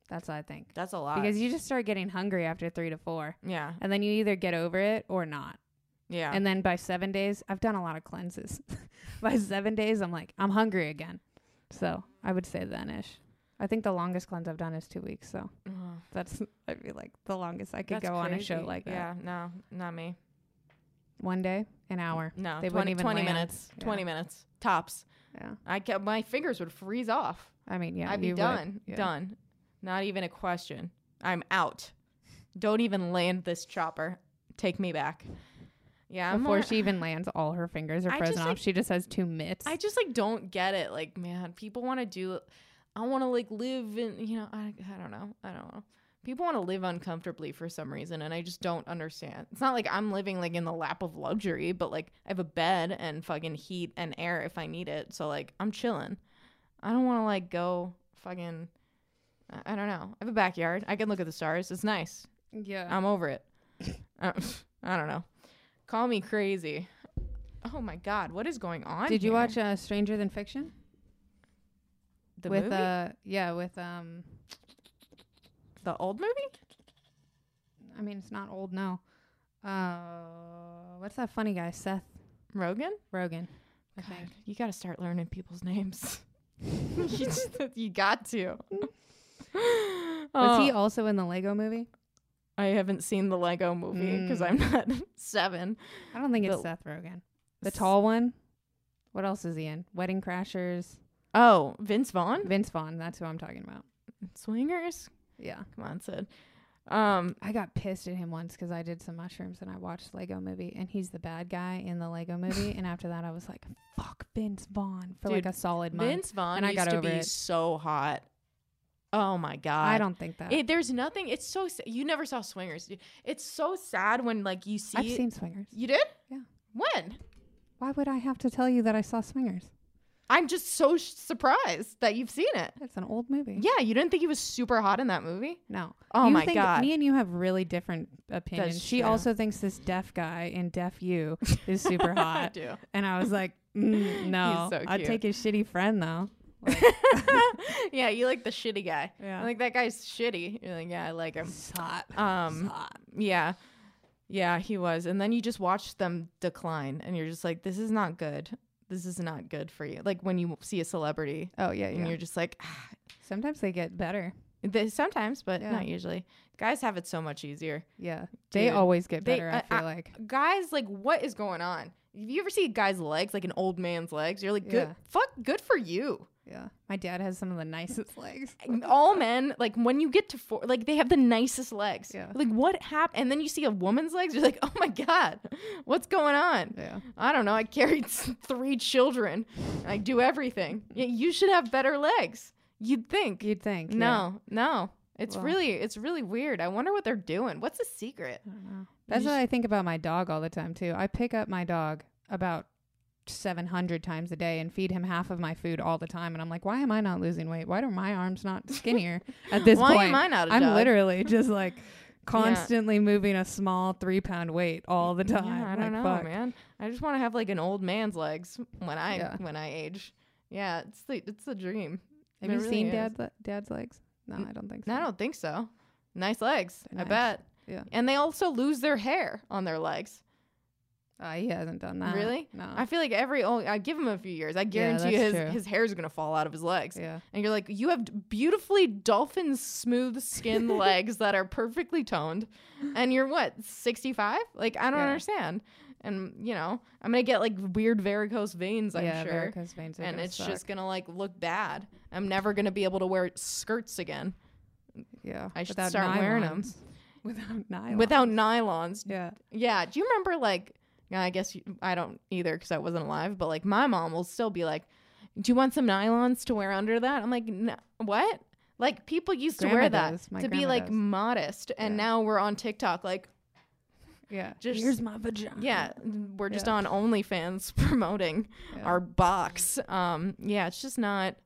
B: That's what I think.
A: That's a lot.
B: Because you just start getting hungry after three to four.
A: yeah.
B: And then you either get over it or not.
A: Yeah.
B: And then by seven days, I've done a lot of cleanses. by seven days, I'm like, I'm hungry again. So I would say then ish. I think the longest cleanse I've done is two weeks. So
A: Ugh,
B: that's, I feel like the longest I could
A: that's
B: go on a show
A: crazy.
B: like that.
A: Yeah, no, not me.
B: One day, an hour.
A: No.
B: They
A: 20,
B: wouldn't even
A: 20
B: land.
A: minutes.
B: Yeah.
A: 20 minutes tops.
B: Yeah.
A: I kept, my fingers would freeze off.
B: I mean, yeah.
A: I'd be
B: you would.
A: done.
B: Yeah.
A: Done. Not even a question. I'm out. Don't even land this chopper. Take me back. Yeah. I'm
B: Before
A: more-
B: she even lands, all her fingers are
A: I
B: frozen
A: just,
B: off.
A: like-
B: she just has two mitts.
A: I just like don't get it. Like, man, people want to do. I want to like live in. You know, I I don't know. I don't know. People want to live uncomfortably for some reason, and I just don't understand. It's not like I'm living like in the lap of luxury, but like I have a bed and fucking heat and air if I need it. So like I'm chilling. I don't want to like go fucking. I- I don't know. I have a backyard. I can look at the stars. It's nice.
B: yeah.
A: I'm over it. Uh, I don't know. Call me crazy. Oh my god, what is going on?
B: Did you
A: here?
B: watch uh, Stranger Than Fiction?
A: the
B: with
A: movie?
B: uh yeah, with um
A: the old movie?
B: I mean it's not old, no. Uh what's that funny guy? Seth
A: Rogan?
B: Rogen. I
A: God,
B: think.
A: you got to start learning people's names. you, just, you got to.
B: Was he
A: Oh,
B: also in the Lego movie?
A: I haven't seen the Lego movie because
B: Mm.
A: I'm not seven.
B: I don't think
A: The-
B: it's Seth Rogen. The tall one? What else is he in? Wedding Crashers.
A: Oh, Vince Vaughn?
B: Vince Vaughn, that's who I'm talking about.
A: Swingers?
B: Yeah.
A: Come on, Sid. Um,
B: I got pissed at him once 'cause I did some mushrooms and I watched Lego movie and he's the bad guy in the Lego movie and after that I was like fuck Vince Vaughn for like
A: Dude,
B: a solid month.
A: Vince Vaughn
B: and I
A: used
B: got
A: to
B: over
A: be
B: it.
A: so hot. Oh my god.
B: I don't think that.
A: It, there's nothing. It's so sa- you never saw Swingers. dude. It's so sad when like you see.
B: I've seen Swingers.
A: You did?
B: Yeah.
A: When?
B: Why would I have to tell you that I saw Swingers?
A: I'm just so sh- surprised that you've seen it.
B: That's an old movie.
A: Yeah, you didn't think he was super hot in that movie?
B: No.
A: Oh
B: You
A: my
B: think-
A: God.
B: Me and you have really different opinions. she
A: true.
B: also thinks this deaf guy in Deaf You is super
A: I
B: hot.
A: do.
B: and I was like, mm, no.
A: so
B: I'd
A: cute.
B: take his shitty friend though.
A: yeah, you like the shitty guy.
B: Yeah.
A: I'm like that guy's shitty. You're like, yeah, I like him.
B: It's hot.
A: Um, yeah, yeah, he was. And then you just watch them decline, and you're just like, this is not good. This is not good for you. Like when you see a celebrity,
B: Oh yeah,
A: and
B: yeah.
A: you're just like, ah,
B: Sometimes they get better.
A: they, sometimes, but
B: Yeah.
A: not usually. Guys have it so much easier.
B: Yeah. They
A: Dude,
B: always get
A: they-
B: better,
A: I-
B: I feel
A: I-
B: like.
A: guys, like, what is going on? If you ever see a guy's legs, like an old man's legs, you're like, good,
B: Yeah.
A: fuck, good for you.
B: Yeah. My dad has some of the nicest legs.
A: All men, like, when you get to four, like, they have the nicest legs.
B: Yeah.
A: Like, what happened? And then you see a woman's legs, you're like, oh my God, what's going on?
B: Yeah.
A: I don't know. I carried s- three children. I do everything. Y- You should have better legs. You'd think.
B: You'd think. yeah.
A: no, no. It's
B: Well.
A: really, it's really weird. I wonder what they're doing. What's the secret?
B: I don't know. That's what
A: just-
B: I think about my dog all the time too. I pick up my dog about 700 times a day and feed him half of my food all the time and I'm like, "Why am I not losing weight? Why are my arms not skinnier at this
A: Why
B: point?"
A: am I not a
B: I'm
A: dog?
B: literally just like constantly moving a small 3-pound weight all the time.
A: Yeah, I don't
B: Oh,
A: know,
B: Like, fuck.
A: man. I just want to have like an old man's legs when I
B: Yeah.
A: when I age. Yeah, it's the it's the dream.
B: Have
A: It
B: you
A: really
B: seen
A: is.
B: dad's le- dad's legs? No, I don't think so.
A: No, I don't think so. Nice legs,
B: They're
A: I
B: nice.
A: bet.
B: Yeah.
A: And they also lose their hair on their legs.
B: Uh, he hasn't done that.
A: Really?
B: No.
A: I feel like every only I give him a few years. I guarantee his
B: that's true.
A: his hair's gonna fall out of his legs.
B: yeah.
A: And you're like, you have d- beautifully dolphin smooth skin legs that are perfectly toned, and you're what 65? Like I don't
B: Yeah.
A: understand. And you know, I'm gonna get like weird varicose veins. I'm
B: yeah,
A: sure.
B: varicose veins are
A: and
B: gonna
A: it's
B: suck.
A: just gonna like look bad. I'm never gonna be able to wear skirts again
B: yeah.
A: I should start wearing 'em.
B: nylons. Without nylon.
A: without nylons.
B: Yeah.
A: Yeah. Do you remember like? I guess you, I don't either because I wasn't alive. But like, my mom will still be like, "Do you want some nylons to wear under that?" I'm like, no, "What?" Like people used to
B: Grandma
A: wear that
B: does. My
A: to be
B: grandma
A: like
B: does.
A: modest, and
B: Yeah.
A: now we're on TikTok. Like,
B: Yeah.
A: Just-
B: Here's my vagina.
A: yeah, we're just
B: Yeah.
A: on OnlyFans promoting
B: Yeah.
A: our box. Um, yeah, it's just not.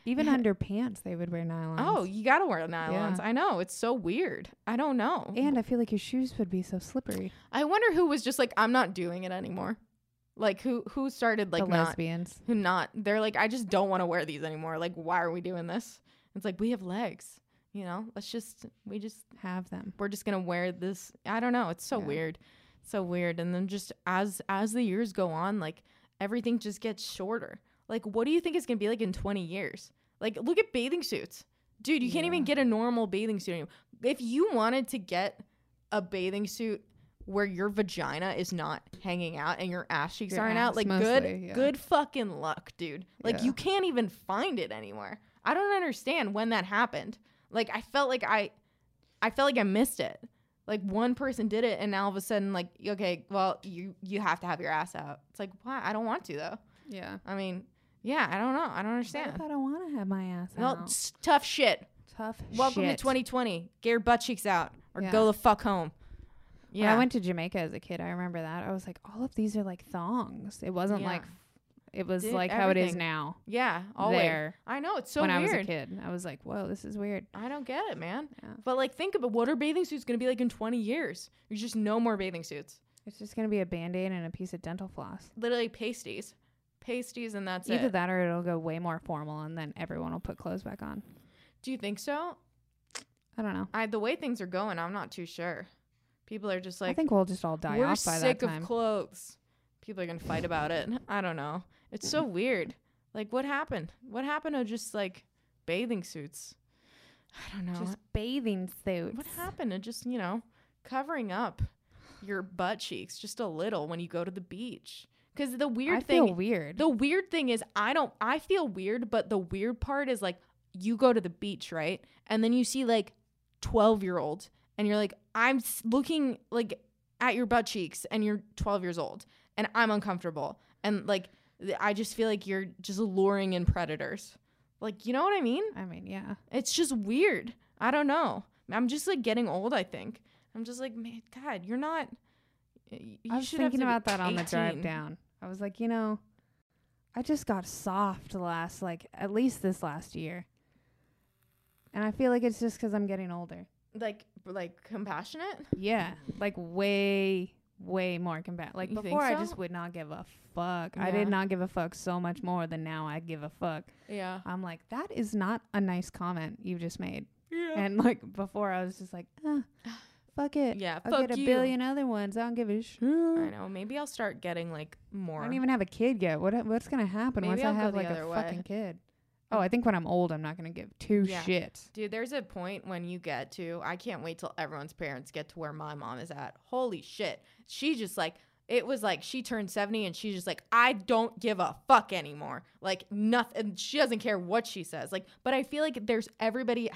B: Even underpants, they would wear nylons.
A: Oh, you gotta wear nylons. I know it's so weird. I don't know.
B: And I feel like your shoes would be so slippery.
A: I wonder who was just like, I'm not doing it anymore. Like who who started like
B: the
A: not
B: lesbians.
A: who not they're like, I just don't want to wear these anymore. Like, why are we doing this? It's like we have legs, you know? Let's just we just
B: have them.
A: we're just gonna wear this I don't know. It's so
B: Yeah.
A: weird. So weird. And then just as as the years go on, like everything just gets shorter. Like what do you think it's gonna be like in twenty years? Like look at bathing suits. Dude, you can't even
B: Yeah.
A: get a normal bathing suit anymore. If you wanted to get a bathing suit where your vagina is not hanging out and your ass cheeks
B: Your
A: aren't out,
B: ass
A: like good
B: mostly, yeah.
A: good fucking luck, dude. Like
B: Yeah.
A: you can't even find it anywhere. I don't understand when that happened. Like I felt like I I felt like I missed it. Like one person did it, and now all of a sudden, like, okay, well, you you have to have your ass out. It's like, why? I don't want to though.
B: Yeah.
A: I mean, yeah, I don't know. I don't
B: What if
A: understand.
B: I don't want to have my ass
A: Well,
B: out.
A: it's tough shit.
B: Tough
A: Welcome to
B: shit.
A: 2020. Get your butt cheeks out, or
B: Yeah.
A: go the fuck home.
B: When
A: Yeah,
B: I went to Jamaica as a kid. I remember that. I was like, all of these are like thongs. It wasn't
A: Yeah.
B: like, it was
A: Dude,
B: like how it is
A: everything.
B: now.
A: yeah, always.
B: There.
A: I know it's so
B: when
A: weird.
B: I was a kid, I was like, whoa, this is weird.
A: I don't get it, man.
B: Yeah.
A: But like, think about what are bathing suits going to be like in 20 years? There's just no more bathing suits.
B: It's just going to be a band aid and a piece of dental floss.
A: Literally pasties, pasties, and that's
B: Either
A: it.
B: that or it'll go way more formal and then everyone will put clothes back on.
A: Do you think so?
B: I don't know.
A: I the way things are going, I'm not too sure. People are just
B: I
A: like
B: think we'll just all die
A: we're
B: off by
A: sick
B: that time.
A: of clothes. People are gonna fight about it. I don't know. It's so weird. Like what happened? What happened to just like bathing suits? I don't know.
B: just bathing suits.
A: what happened to just you know covering up your butt cheeks just a little when you go to the beach? Because the weird
B: I
A: thing
B: feel weird.
A: the weird thing is, I don't. I feel weird, but the weird part is like you go to the beach, right? And then you see like twelve year olds, and you're like, I'm s- looking like at your butt cheeks, and you're twelve years old, and I'm uncomfortable, and like th- I just feel like you're just luring in predators. Like you know what I mean?
B: I mean, yeah.
A: It's just weird. I don't know. I'm just like getting old. I think I'm just like, man, God, you're not. y- You
B: I was
A: should
B: thinking
A: have
B: about
A: to be
B: that on the drive
A: 18.
B: down. I was like, you know, I just got soft last, like, at least this last year. And I feel like it's just 'cause I'm getting older.
A: Like, like compassionate.
B: Yeah. Like, way, way more combat. Like,
A: You think
B: before I
A: so?
B: just would not give a fuck. I
A: Yeah.
B: did not give a fuck so much more than now I give a fuck.
A: Yeah.
B: I'm like, that is not a nice comment you just made.
A: Yeah.
B: And, like, before I was just like, ah, fuck it.
A: Yeah,
B: I'll
A: fuck
B: get a
A: you.
B: billion other ones. I don't give a shit.
A: I know. Maybe I'll start getting like more.
B: I don't even have a kid yet. What what's gonna happen
A: Maybe
B: once
A: I'll
B: I
A: go
B: have
A: the
B: like a
A: other way. Mm.
B: fucking kid? Oh, I think when I'm old, I'm not gonna give two
A: Yeah.
B: shit.
A: Dude, there's a point when you get to. I can't wait till everyone's parents get to where my mom is at. Holy shit. She just like. It was like she turned 70 and she's just like, I don't give a fuck anymore. Like, nothing. She doesn't care what she says. Like, but I feel like there's everybody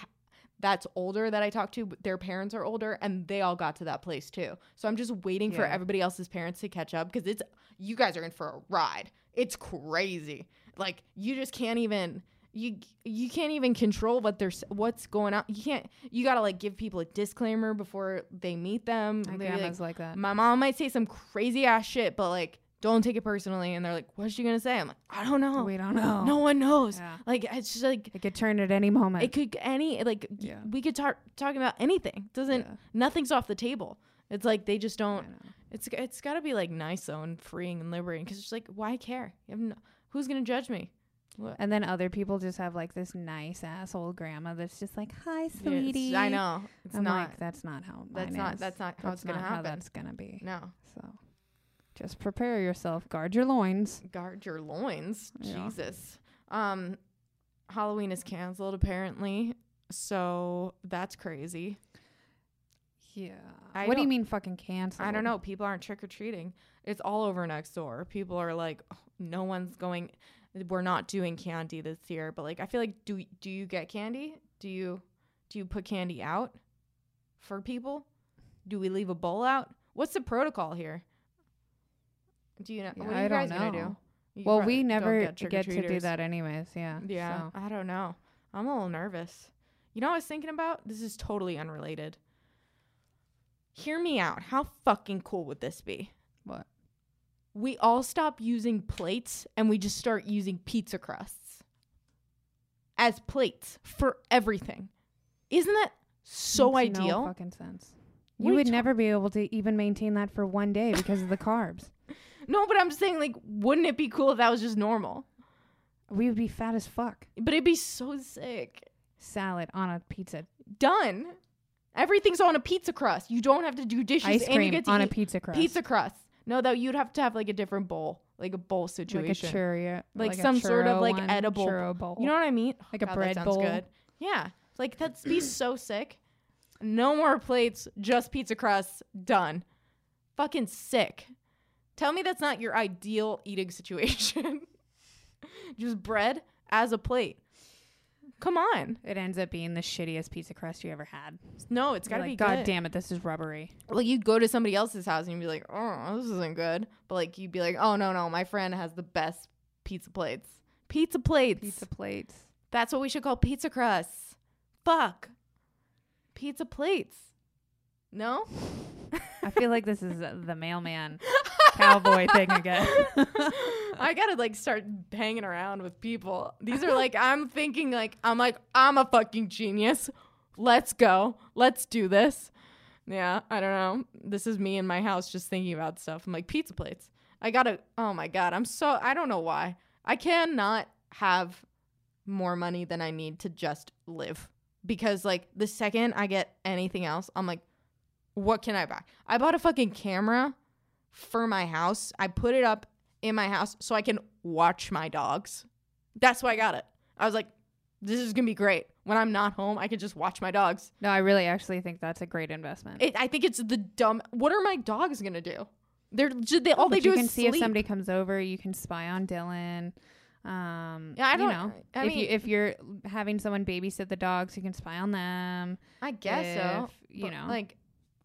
A: that's older that I talk to, but their parents are older and they all got to that place too. So I'm just waiting for
B: Yeah.
A: everybody else's parents to catch up because it's you guys are in for a ride. It's crazy. Like you just can't even you you can't even control what there's what's going on. You can't you gotta like give people a disclaimer before they meet them.
B: My
A: They'll be like,
B: grandma's like, that.
A: my mom might say some crazy ass shit, but like don't take it personally. And they're like, what's she gonna say? I'm like, I don't know.
B: We don't know.
A: No one knows.
B: Yeah.
A: Like it's just like
B: It could turn at any moment.
A: it could any like y-
B: Yeah.
A: we could talk talking about anything. Doesn't
B: Yeah.
A: nothing's off the table. It's like they just
B: I
A: don't.
B: know.
A: It's it's got to be like nice though and freeing and liberating because it's like why care? You have no, who's gonna judge me? What?
B: And then other people just have like this nice ass old grandma that's just like, "Hi,
A: It's-
B: sweetie."
A: I know it's
B: I'm
A: not.
B: like, that's not how.
A: That's
B: mine
A: not-
B: is.
A: that's not how it's gonna
B: not
A: happen."
B: that's gonna be.
A: no,
B: So Just prepare yourself. Guard your loins.
A: Guard your loins.
B: Yeah.
A: Jesus. Um, Halloween is canceled apparently. So that's crazy.
B: Yeah.
A: I
B: what do you
A: don't-
B: mean fucking cancel?
A: I don't know. People aren't trick or treating. It's all over next door. People are like, "Oh, no one's going. We're not doing candy this year. But like, I feel like do do you get candy? Do you do you put candy out for people? Do we leave a bowl out? What's the protocol here? Do you know?
B: Yeah,
A: what are
B: I
A: you guys
B: don't
A: gonna
B: know.
A: do? You
B: Well,
A: probably
B: we
A: don't
B: never get, to do
A: trick-or-treaters.
B: that, anyways. Yeah.
A: Yeah,
B: so.
A: I don't know. I'm a little nervous. You know what I was thinking about? This is totally unrelated. Hear me out. How fucking cool would this be?
B: What?
A: We all stop using plates and we just start using pizza crusts as plates for everything. Isn't that so
B: Makes
A: ideal?
B: No fucking sense.
A: What
B: You
A: are you
B: would
A: ta-
B: never be able to even maintain that for one day because of the carbs.
A: no, but I'm just saying, like, wouldn't it be cool if that was just normal?
B: We would be fat as fuck.
A: But it'd be so sick.
B: Salad on a pizza,
A: Done. Everything's on a pizza crust. You don't have to do dishes
B: ice
A: and you
B: cream
A: get to
B: on a
A: eat
B: pizza crust,
A: Pizza crust. No, though you'd have to have like a different bowl, like a bowl
B: like a
A: situation.
B: churro,
A: Like
B: a
A: some sort of,
B: churro
A: like,
B: one,
A: edible-
B: churro bowl.
A: you know what I mean? Oh,
B: Like a
A: God, that
B: bread
A: sounds
B: bowl.
A: Yeah, like that'd be so sick. No more plates, just pizza crusts. Done. Fucking sick. Tell me that's not your ideal eating situation. just bread as a plate. Come on.
B: it ends up being the shittiest pizza crust you ever had.
A: No, it's gotta
B: You're like,
A: be
B: God
A: good.
B: damn it, this is rubbery.
A: like you'd go to somebody else's house and you'd be like, "Oh, this isn't good," but like you'd be like, "Oh no, no, my friend has the best pizza plates. Pizza plates.
B: Pizza plates.
A: That's what we should call pizza crusts. Fuck, pizza plates. No,
B: I feel like this is uh, the mailman cowboy thing again.
A: I gotta like start hanging around with people. These are like I'm thinking like I'm like I'm a fucking genius. Let's go. Let's do this. Yeah, I don't know. This is me in my house just thinking about stuff. I'm like pizza plates. I gotta. Oh my god. I'm so. I don't know why. I cannot have more money than I need to just live because like the second I get anything else, I'm like, what can I buy? I bought a fucking camera for my house. I put it up in my house so I can watch my dogs. That's why I got it. I was like, this is gonna be great. When I'm not home, I can just watch my dogs.
B: no, I really actually think that's a great investment.
A: It, I think it's the dumb. What are my dogs gonna do? They're just, they all they
B: But
A: do
B: you
A: is
B: can see if
A: sleep.
B: somebody comes over. You can spy on Dylan. Um,
A: Yeah, I don't-
B: You know,
A: I
B: if you
A: mean-
B: if you're having someone babysit the dogs, you can spy on them.
A: I guess so.
B: if, you
A: But,
B: know.
A: like,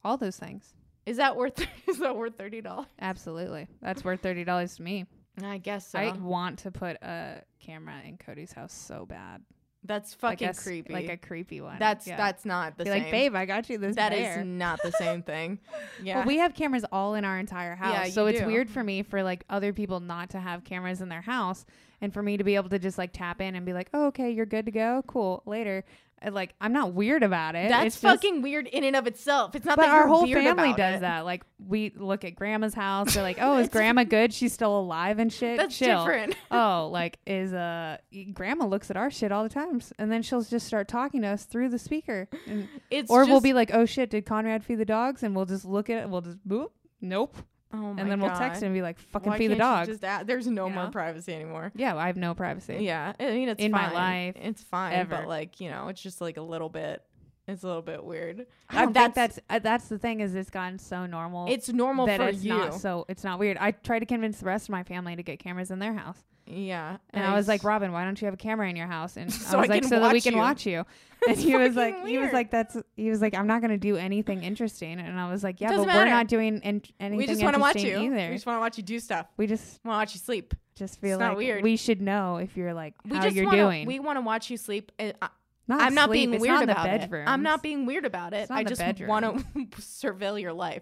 B: All those things.
A: is that worth is that worth thirty dollars?
B: Absolutely, that's worth thirty dollars to me.
A: I guess so.
B: I want to put a camera in Cody's house so bad.
A: that's
B: Like a
A: fucking
B: s-
A: creepy.
B: Like a creepy one.
A: that's
B: Yeah.
A: that's not the
B: Be
A: same.
B: like, babe, I got you this.
A: That is
B: bear."
A: not the same thing. Yeah.
B: Well, we have cameras all in our entire house.
A: Yeah,
B: so
A: you
B: it's
A: do.
B: weird for me for like other people not to have cameras in their house and for me to be able to just like tap in and be like, oh, okay, you're good to go. Cool. Later. And, like, I'm not weird about it.
A: That's
B: It's just-
A: fucking weird in and of itself. It's not
B: but
A: that you're
B: our whole
A: weird
B: family
A: about
B: does
A: it.
B: that. Like, we look at grandma's house. They're like, oh, is grandma good? She's still alive and shit.
A: That's
B: Chill.
A: different.
B: oh, like, is uh, grandma looks at our shit all the times, and then she'll just start talking to us through the speaker. And
A: It's
B: or we'll
A: just-
B: be like, "Oh shit, did Conrad feed the dogs?" And we'll just look at it. We'll just boop, nope,
A: oh my
B: and then we'll
A: God.
B: text him and be like, "Fucking
A: Why
B: feed the
A: can't
B: dogs."
A: you just add- there's no
B: You
A: more
B: know?
A: privacy anymore.
B: yeah, I have no privacy.
A: Yeah, I mean it's
B: In my
A: fine.
B: life,
A: It's fine,
B: ever.
A: but like you know, it's just like a little bit. It's a little bit weird. Uh,
B: I don't that's, think that's uh, that's the thing is it's gotten so normal.
A: it's normal
B: that
A: for
B: it's
A: you.
B: not so it's not weird. I tried to convince the rest of my family to get cameras in their house,
A: yeah,
B: and I was like,
A: s-
B: "Robin, why don't you have a camera in your house?" And
A: So
B: I
A: I
B: was like,
A: can
B: "So that we
A: watch
B: can
A: you."
B: watch you." And he was like,
A: fucking
B: "He was
A: weird.
B: like, that's." He was like, "I'm not going to do anything interesting," and I was like, "Yeah,
A: Doesn't
B: but
A: matter.
B: we're not doing in- anything
A: we just
B: want to
A: watch you.
B: either.
A: We just want to watch you do stuff.
B: we just
A: Want to watch you sleep.
B: just feel
A: It's not
B: like
A: weird.
B: we should know if you're like
A: We
B: how
A: just
B: you're
A: wanna,
B: doing.
A: We want to watch you sleep. and I-
B: not
A: I'm not
B: sleep,
A: being
B: it's
A: weird
B: not in
A: about
B: the
A: it.
B: bedroom.
A: I'm not being weird about it.
B: not
A: I
B: in the
A: just want to surveil your life.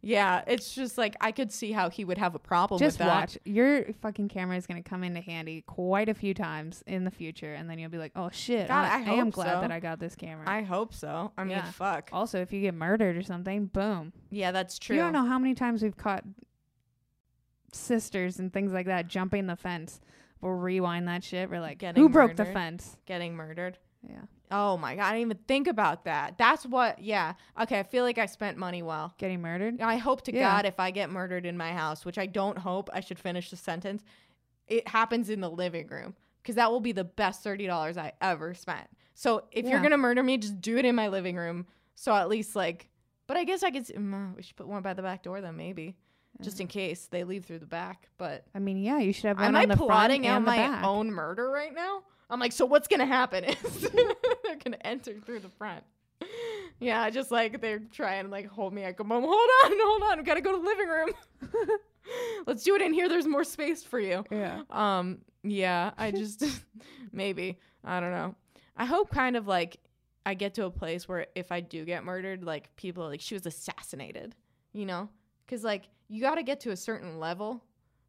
A: Yeah, it's just like I could see how he would have a problem
B: just
A: with that.
B: watch. Your fucking camera is gonna come into handy quite a few times in the future, and then you'll be like, "Oh shit!
A: God,
B: I,
A: I
B: am
A: hope
B: glad
A: so.
B: that I got this camera."
A: I hope so. I mean,
B: Yeah.
A: fuck.
B: also, if you get murdered or something, boom.
A: Oh, Yeah, that's true.
B: You don't know how many times we've caught sisters and things like that jumping the fence. We'll rewind that shit. We're like,
A: Getting
B: "Who broke the
A: murdered.
B: fence?"
A: Getting murdered.
B: Yeah,
A: Oh my god, I didn't even think about that. That's what. Yeah. Okay, I feel like I spent money well.
B: Getting murdered?
A: I hope to
B: Yeah.
A: God if I get murdered in my house, which I don't hope, I should finish the sentence. It happens in the living room because that will be the best thirty dollars I ever spent. So if you're
B: Yeah.
A: gonna murder me, just do it in my living room. So at least like, but I guess I could. s- Mm, we should put one by the back door then, maybe, just in case they leave through the back. But
B: I mean, yeah, you should have one
A: Am
B: on
A: I
B: the front
A: plotting
B: and
A: out my
B: the back.
A: own murder right now? I'm like, so what's gonna happen is they're gonna enter through the front. Yeah, just like they're trying to like hold me. I come home. Hold on, hold on. We gotta go to the living room. Let's do it in here. There's more space for you.
B: Yeah.
A: Um, yeah, I just maybe I don't know. I hope kind of like I get to a place where if I do get murdered, like people are like she was assassinated, you know? Because like you got to get to a certain level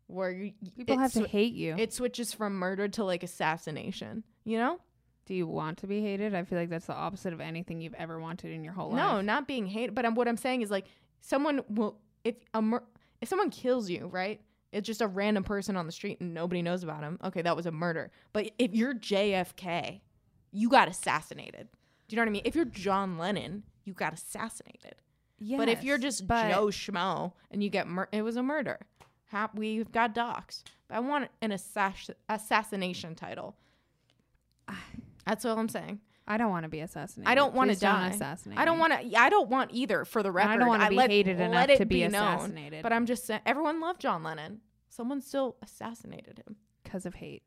A: where you
B: People
A: it
B: have to
A: swi-
B: hate you.
A: It switches from murder to like assassination, you know?
B: Do you want to be hated? I feel like that's the opposite of anything you've ever wanted in your whole
A: No,
B: life.
A: not being hated. But I'm, what I'm saying is like someone will if a mur- if someone kills you, right? It's just a random person on the street and nobody knows about him. Okay, that was a murder. But if you're JFK, you got assassinated. Do you know what I mean? If you're John Lennon, you got assassinated.
B: Yes,
A: but if you're just
B: but
A: Joe Schmo and you get mur- it was a murder. Ha- we've got docs. I want an assass- assassination title. That's all I'm saying.
B: I don't want to be assassinated.
A: I don't want to
B: Please don't
A: die.
B: assassinate
A: I don't
B: me.
A: want to. I don't want either. For the record,
B: And I don't want to be
A: let-
B: hated
A: let
B: enough
A: it
B: to be,
A: known.
B: assassinated
A: But I'm just saying, everyone loved John Lennon. Someone still assassinated him.
B: because of hate,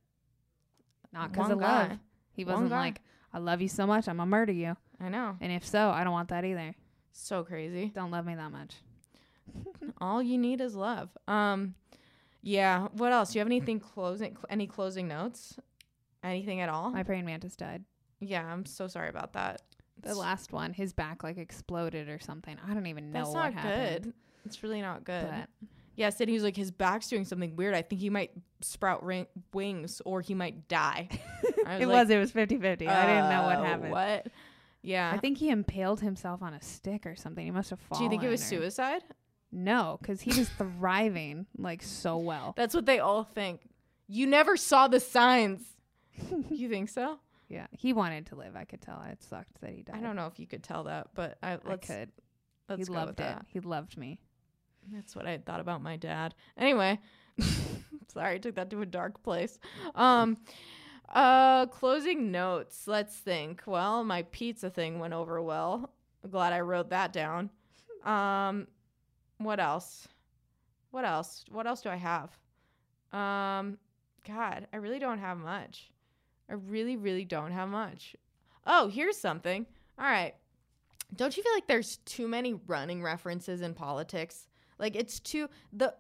B: not because
A: One
B: of
A: guy.
B: love. He
A: One
B: wasn't
A: guy.
B: like, "I love you so much, I'm gonna murder you,"
A: I know.
B: and if so, I don't want that either.
A: So crazy.
B: Don't love me that much.
A: All you need is love. Um, yeah. What else? Do you have anything closing? cl- Any closing notes? Anything at all?
B: My praying mantis died.
A: yeah. I'm so sorry about that.
B: The last one, his back like exploded or something. I don't even know
A: That's not
B: what happened.
A: good. It's really not good.
B: But
A: Yeah, Sydney was like, his back's doing something weird. I think he might sprout ring- wings or he might die. I
B: it
A: like,
B: was it was 50-50. I didn't know what
A: Uh,
B: happened.
A: What? Yeah.
B: I think he impaled himself on a stick or something. He must have fallen.
A: Do you think it was
B: or-
A: suicide?
B: No, because he was thriving like so well.
A: That's what they all think. You never saw the signs. you think so?
B: Yeah, he wanted to live. I could tell. It sucked that he died.
A: I don't know if you could tell that, but I,
B: I
A: let's,
B: could.
A: let's
B: he
A: go with
B: loved it.
A: that.
B: He loved me.
A: That's what I had thought about my dad. Anyway, sorry, I took that to a dark place. Um, uh, closing notes. Let's think. Well, my pizza thing went over well. I'm glad I wrote that down. Um, what else? What else? What else do I have? Um, God, I really don't have much. I really, really don't have much. Oh, here's something. All right. Don't you feel like there's too many running references in politics? Like it's too the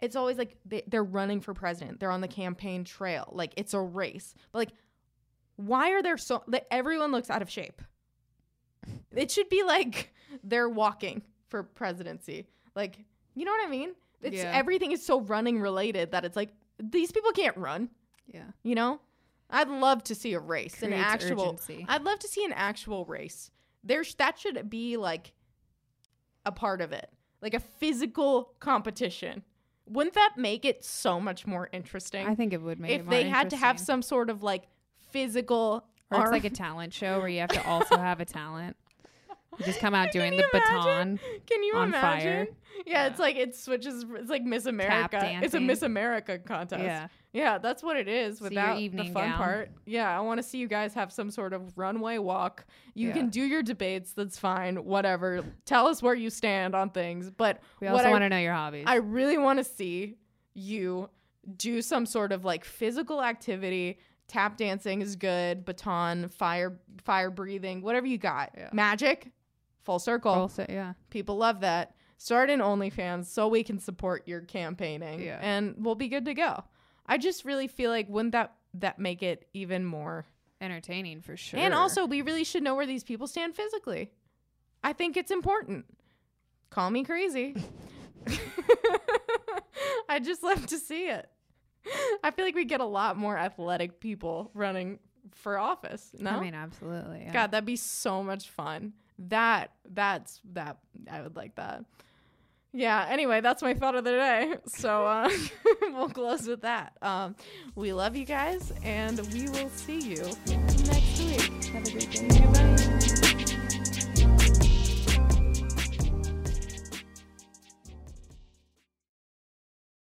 A: it's always like they, they're running for president. They're on the campaign trail. Like it's a race. But like why are there so like everyone looks out of shape? It should be like they're walking for presidency. Like you know what I mean? It's
B: Yeah.
A: everything is so running related that it's like these people can't run,
B: Yeah.
A: you know? I'd love to see a race, an
B: Creates
A: actual
B: urgency.
A: I'd love to see an actual race. There, sh- that should be like a part of it, like a physical competition. Wouldn't that make it so much more interesting?
B: I think it would make it
A: if
B: more
A: they had to have
B: interesting.
A: some sort of like physical,
B: Or it's
A: arm-
B: like a talent show where you have to also have a talent. You just come out
A: Can
B: doing
A: you
B: the
A: imagine?
B: baton.
A: Can you
B: on
A: imagine?
B: fire.
A: Yeah, it's like it switches. It's like Miss America. It's a
B: dancing.
A: Miss America contest.
B: Yeah.
A: Yeah, that's what it is.
B: your
A: Without the
B: evening
A: fun
B: gown.
A: part, yeah, I want to see you guys have some sort of runway walk. You
B: Yeah.
A: can do your debates. That's fine. Whatever. Tell us where you stand on things. But
B: We
A: what
B: also
A: I-
B: want to know your hobbies.
A: I really want to see you do some sort of like physical activity. Tap dancing is good. Baton, fire, fire breathing, whatever you got.
B: Yeah.
A: Magic, full circle.
B: also, yeah.
A: People love that. Start an OnlyFans so we can support your campaigning,
B: Yeah.
A: and we'll be good to go. I just really feel like wouldn't that that make it even more?
B: Entertaining for sure.
A: And also, we really should know where these people stand physically. I think it's important. Call me crazy. I just love to see it. I feel like we get a lot more athletic people running for office. No,
B: I mean, absolutely. yeah.
A: God, that'd be so much fun. That that's that I would like that. Yeah. Anyway, that's my thought of the day. So uh, we'll close with that. Um, we love you guys, and we will see you next week. Have a great day. Goodbye.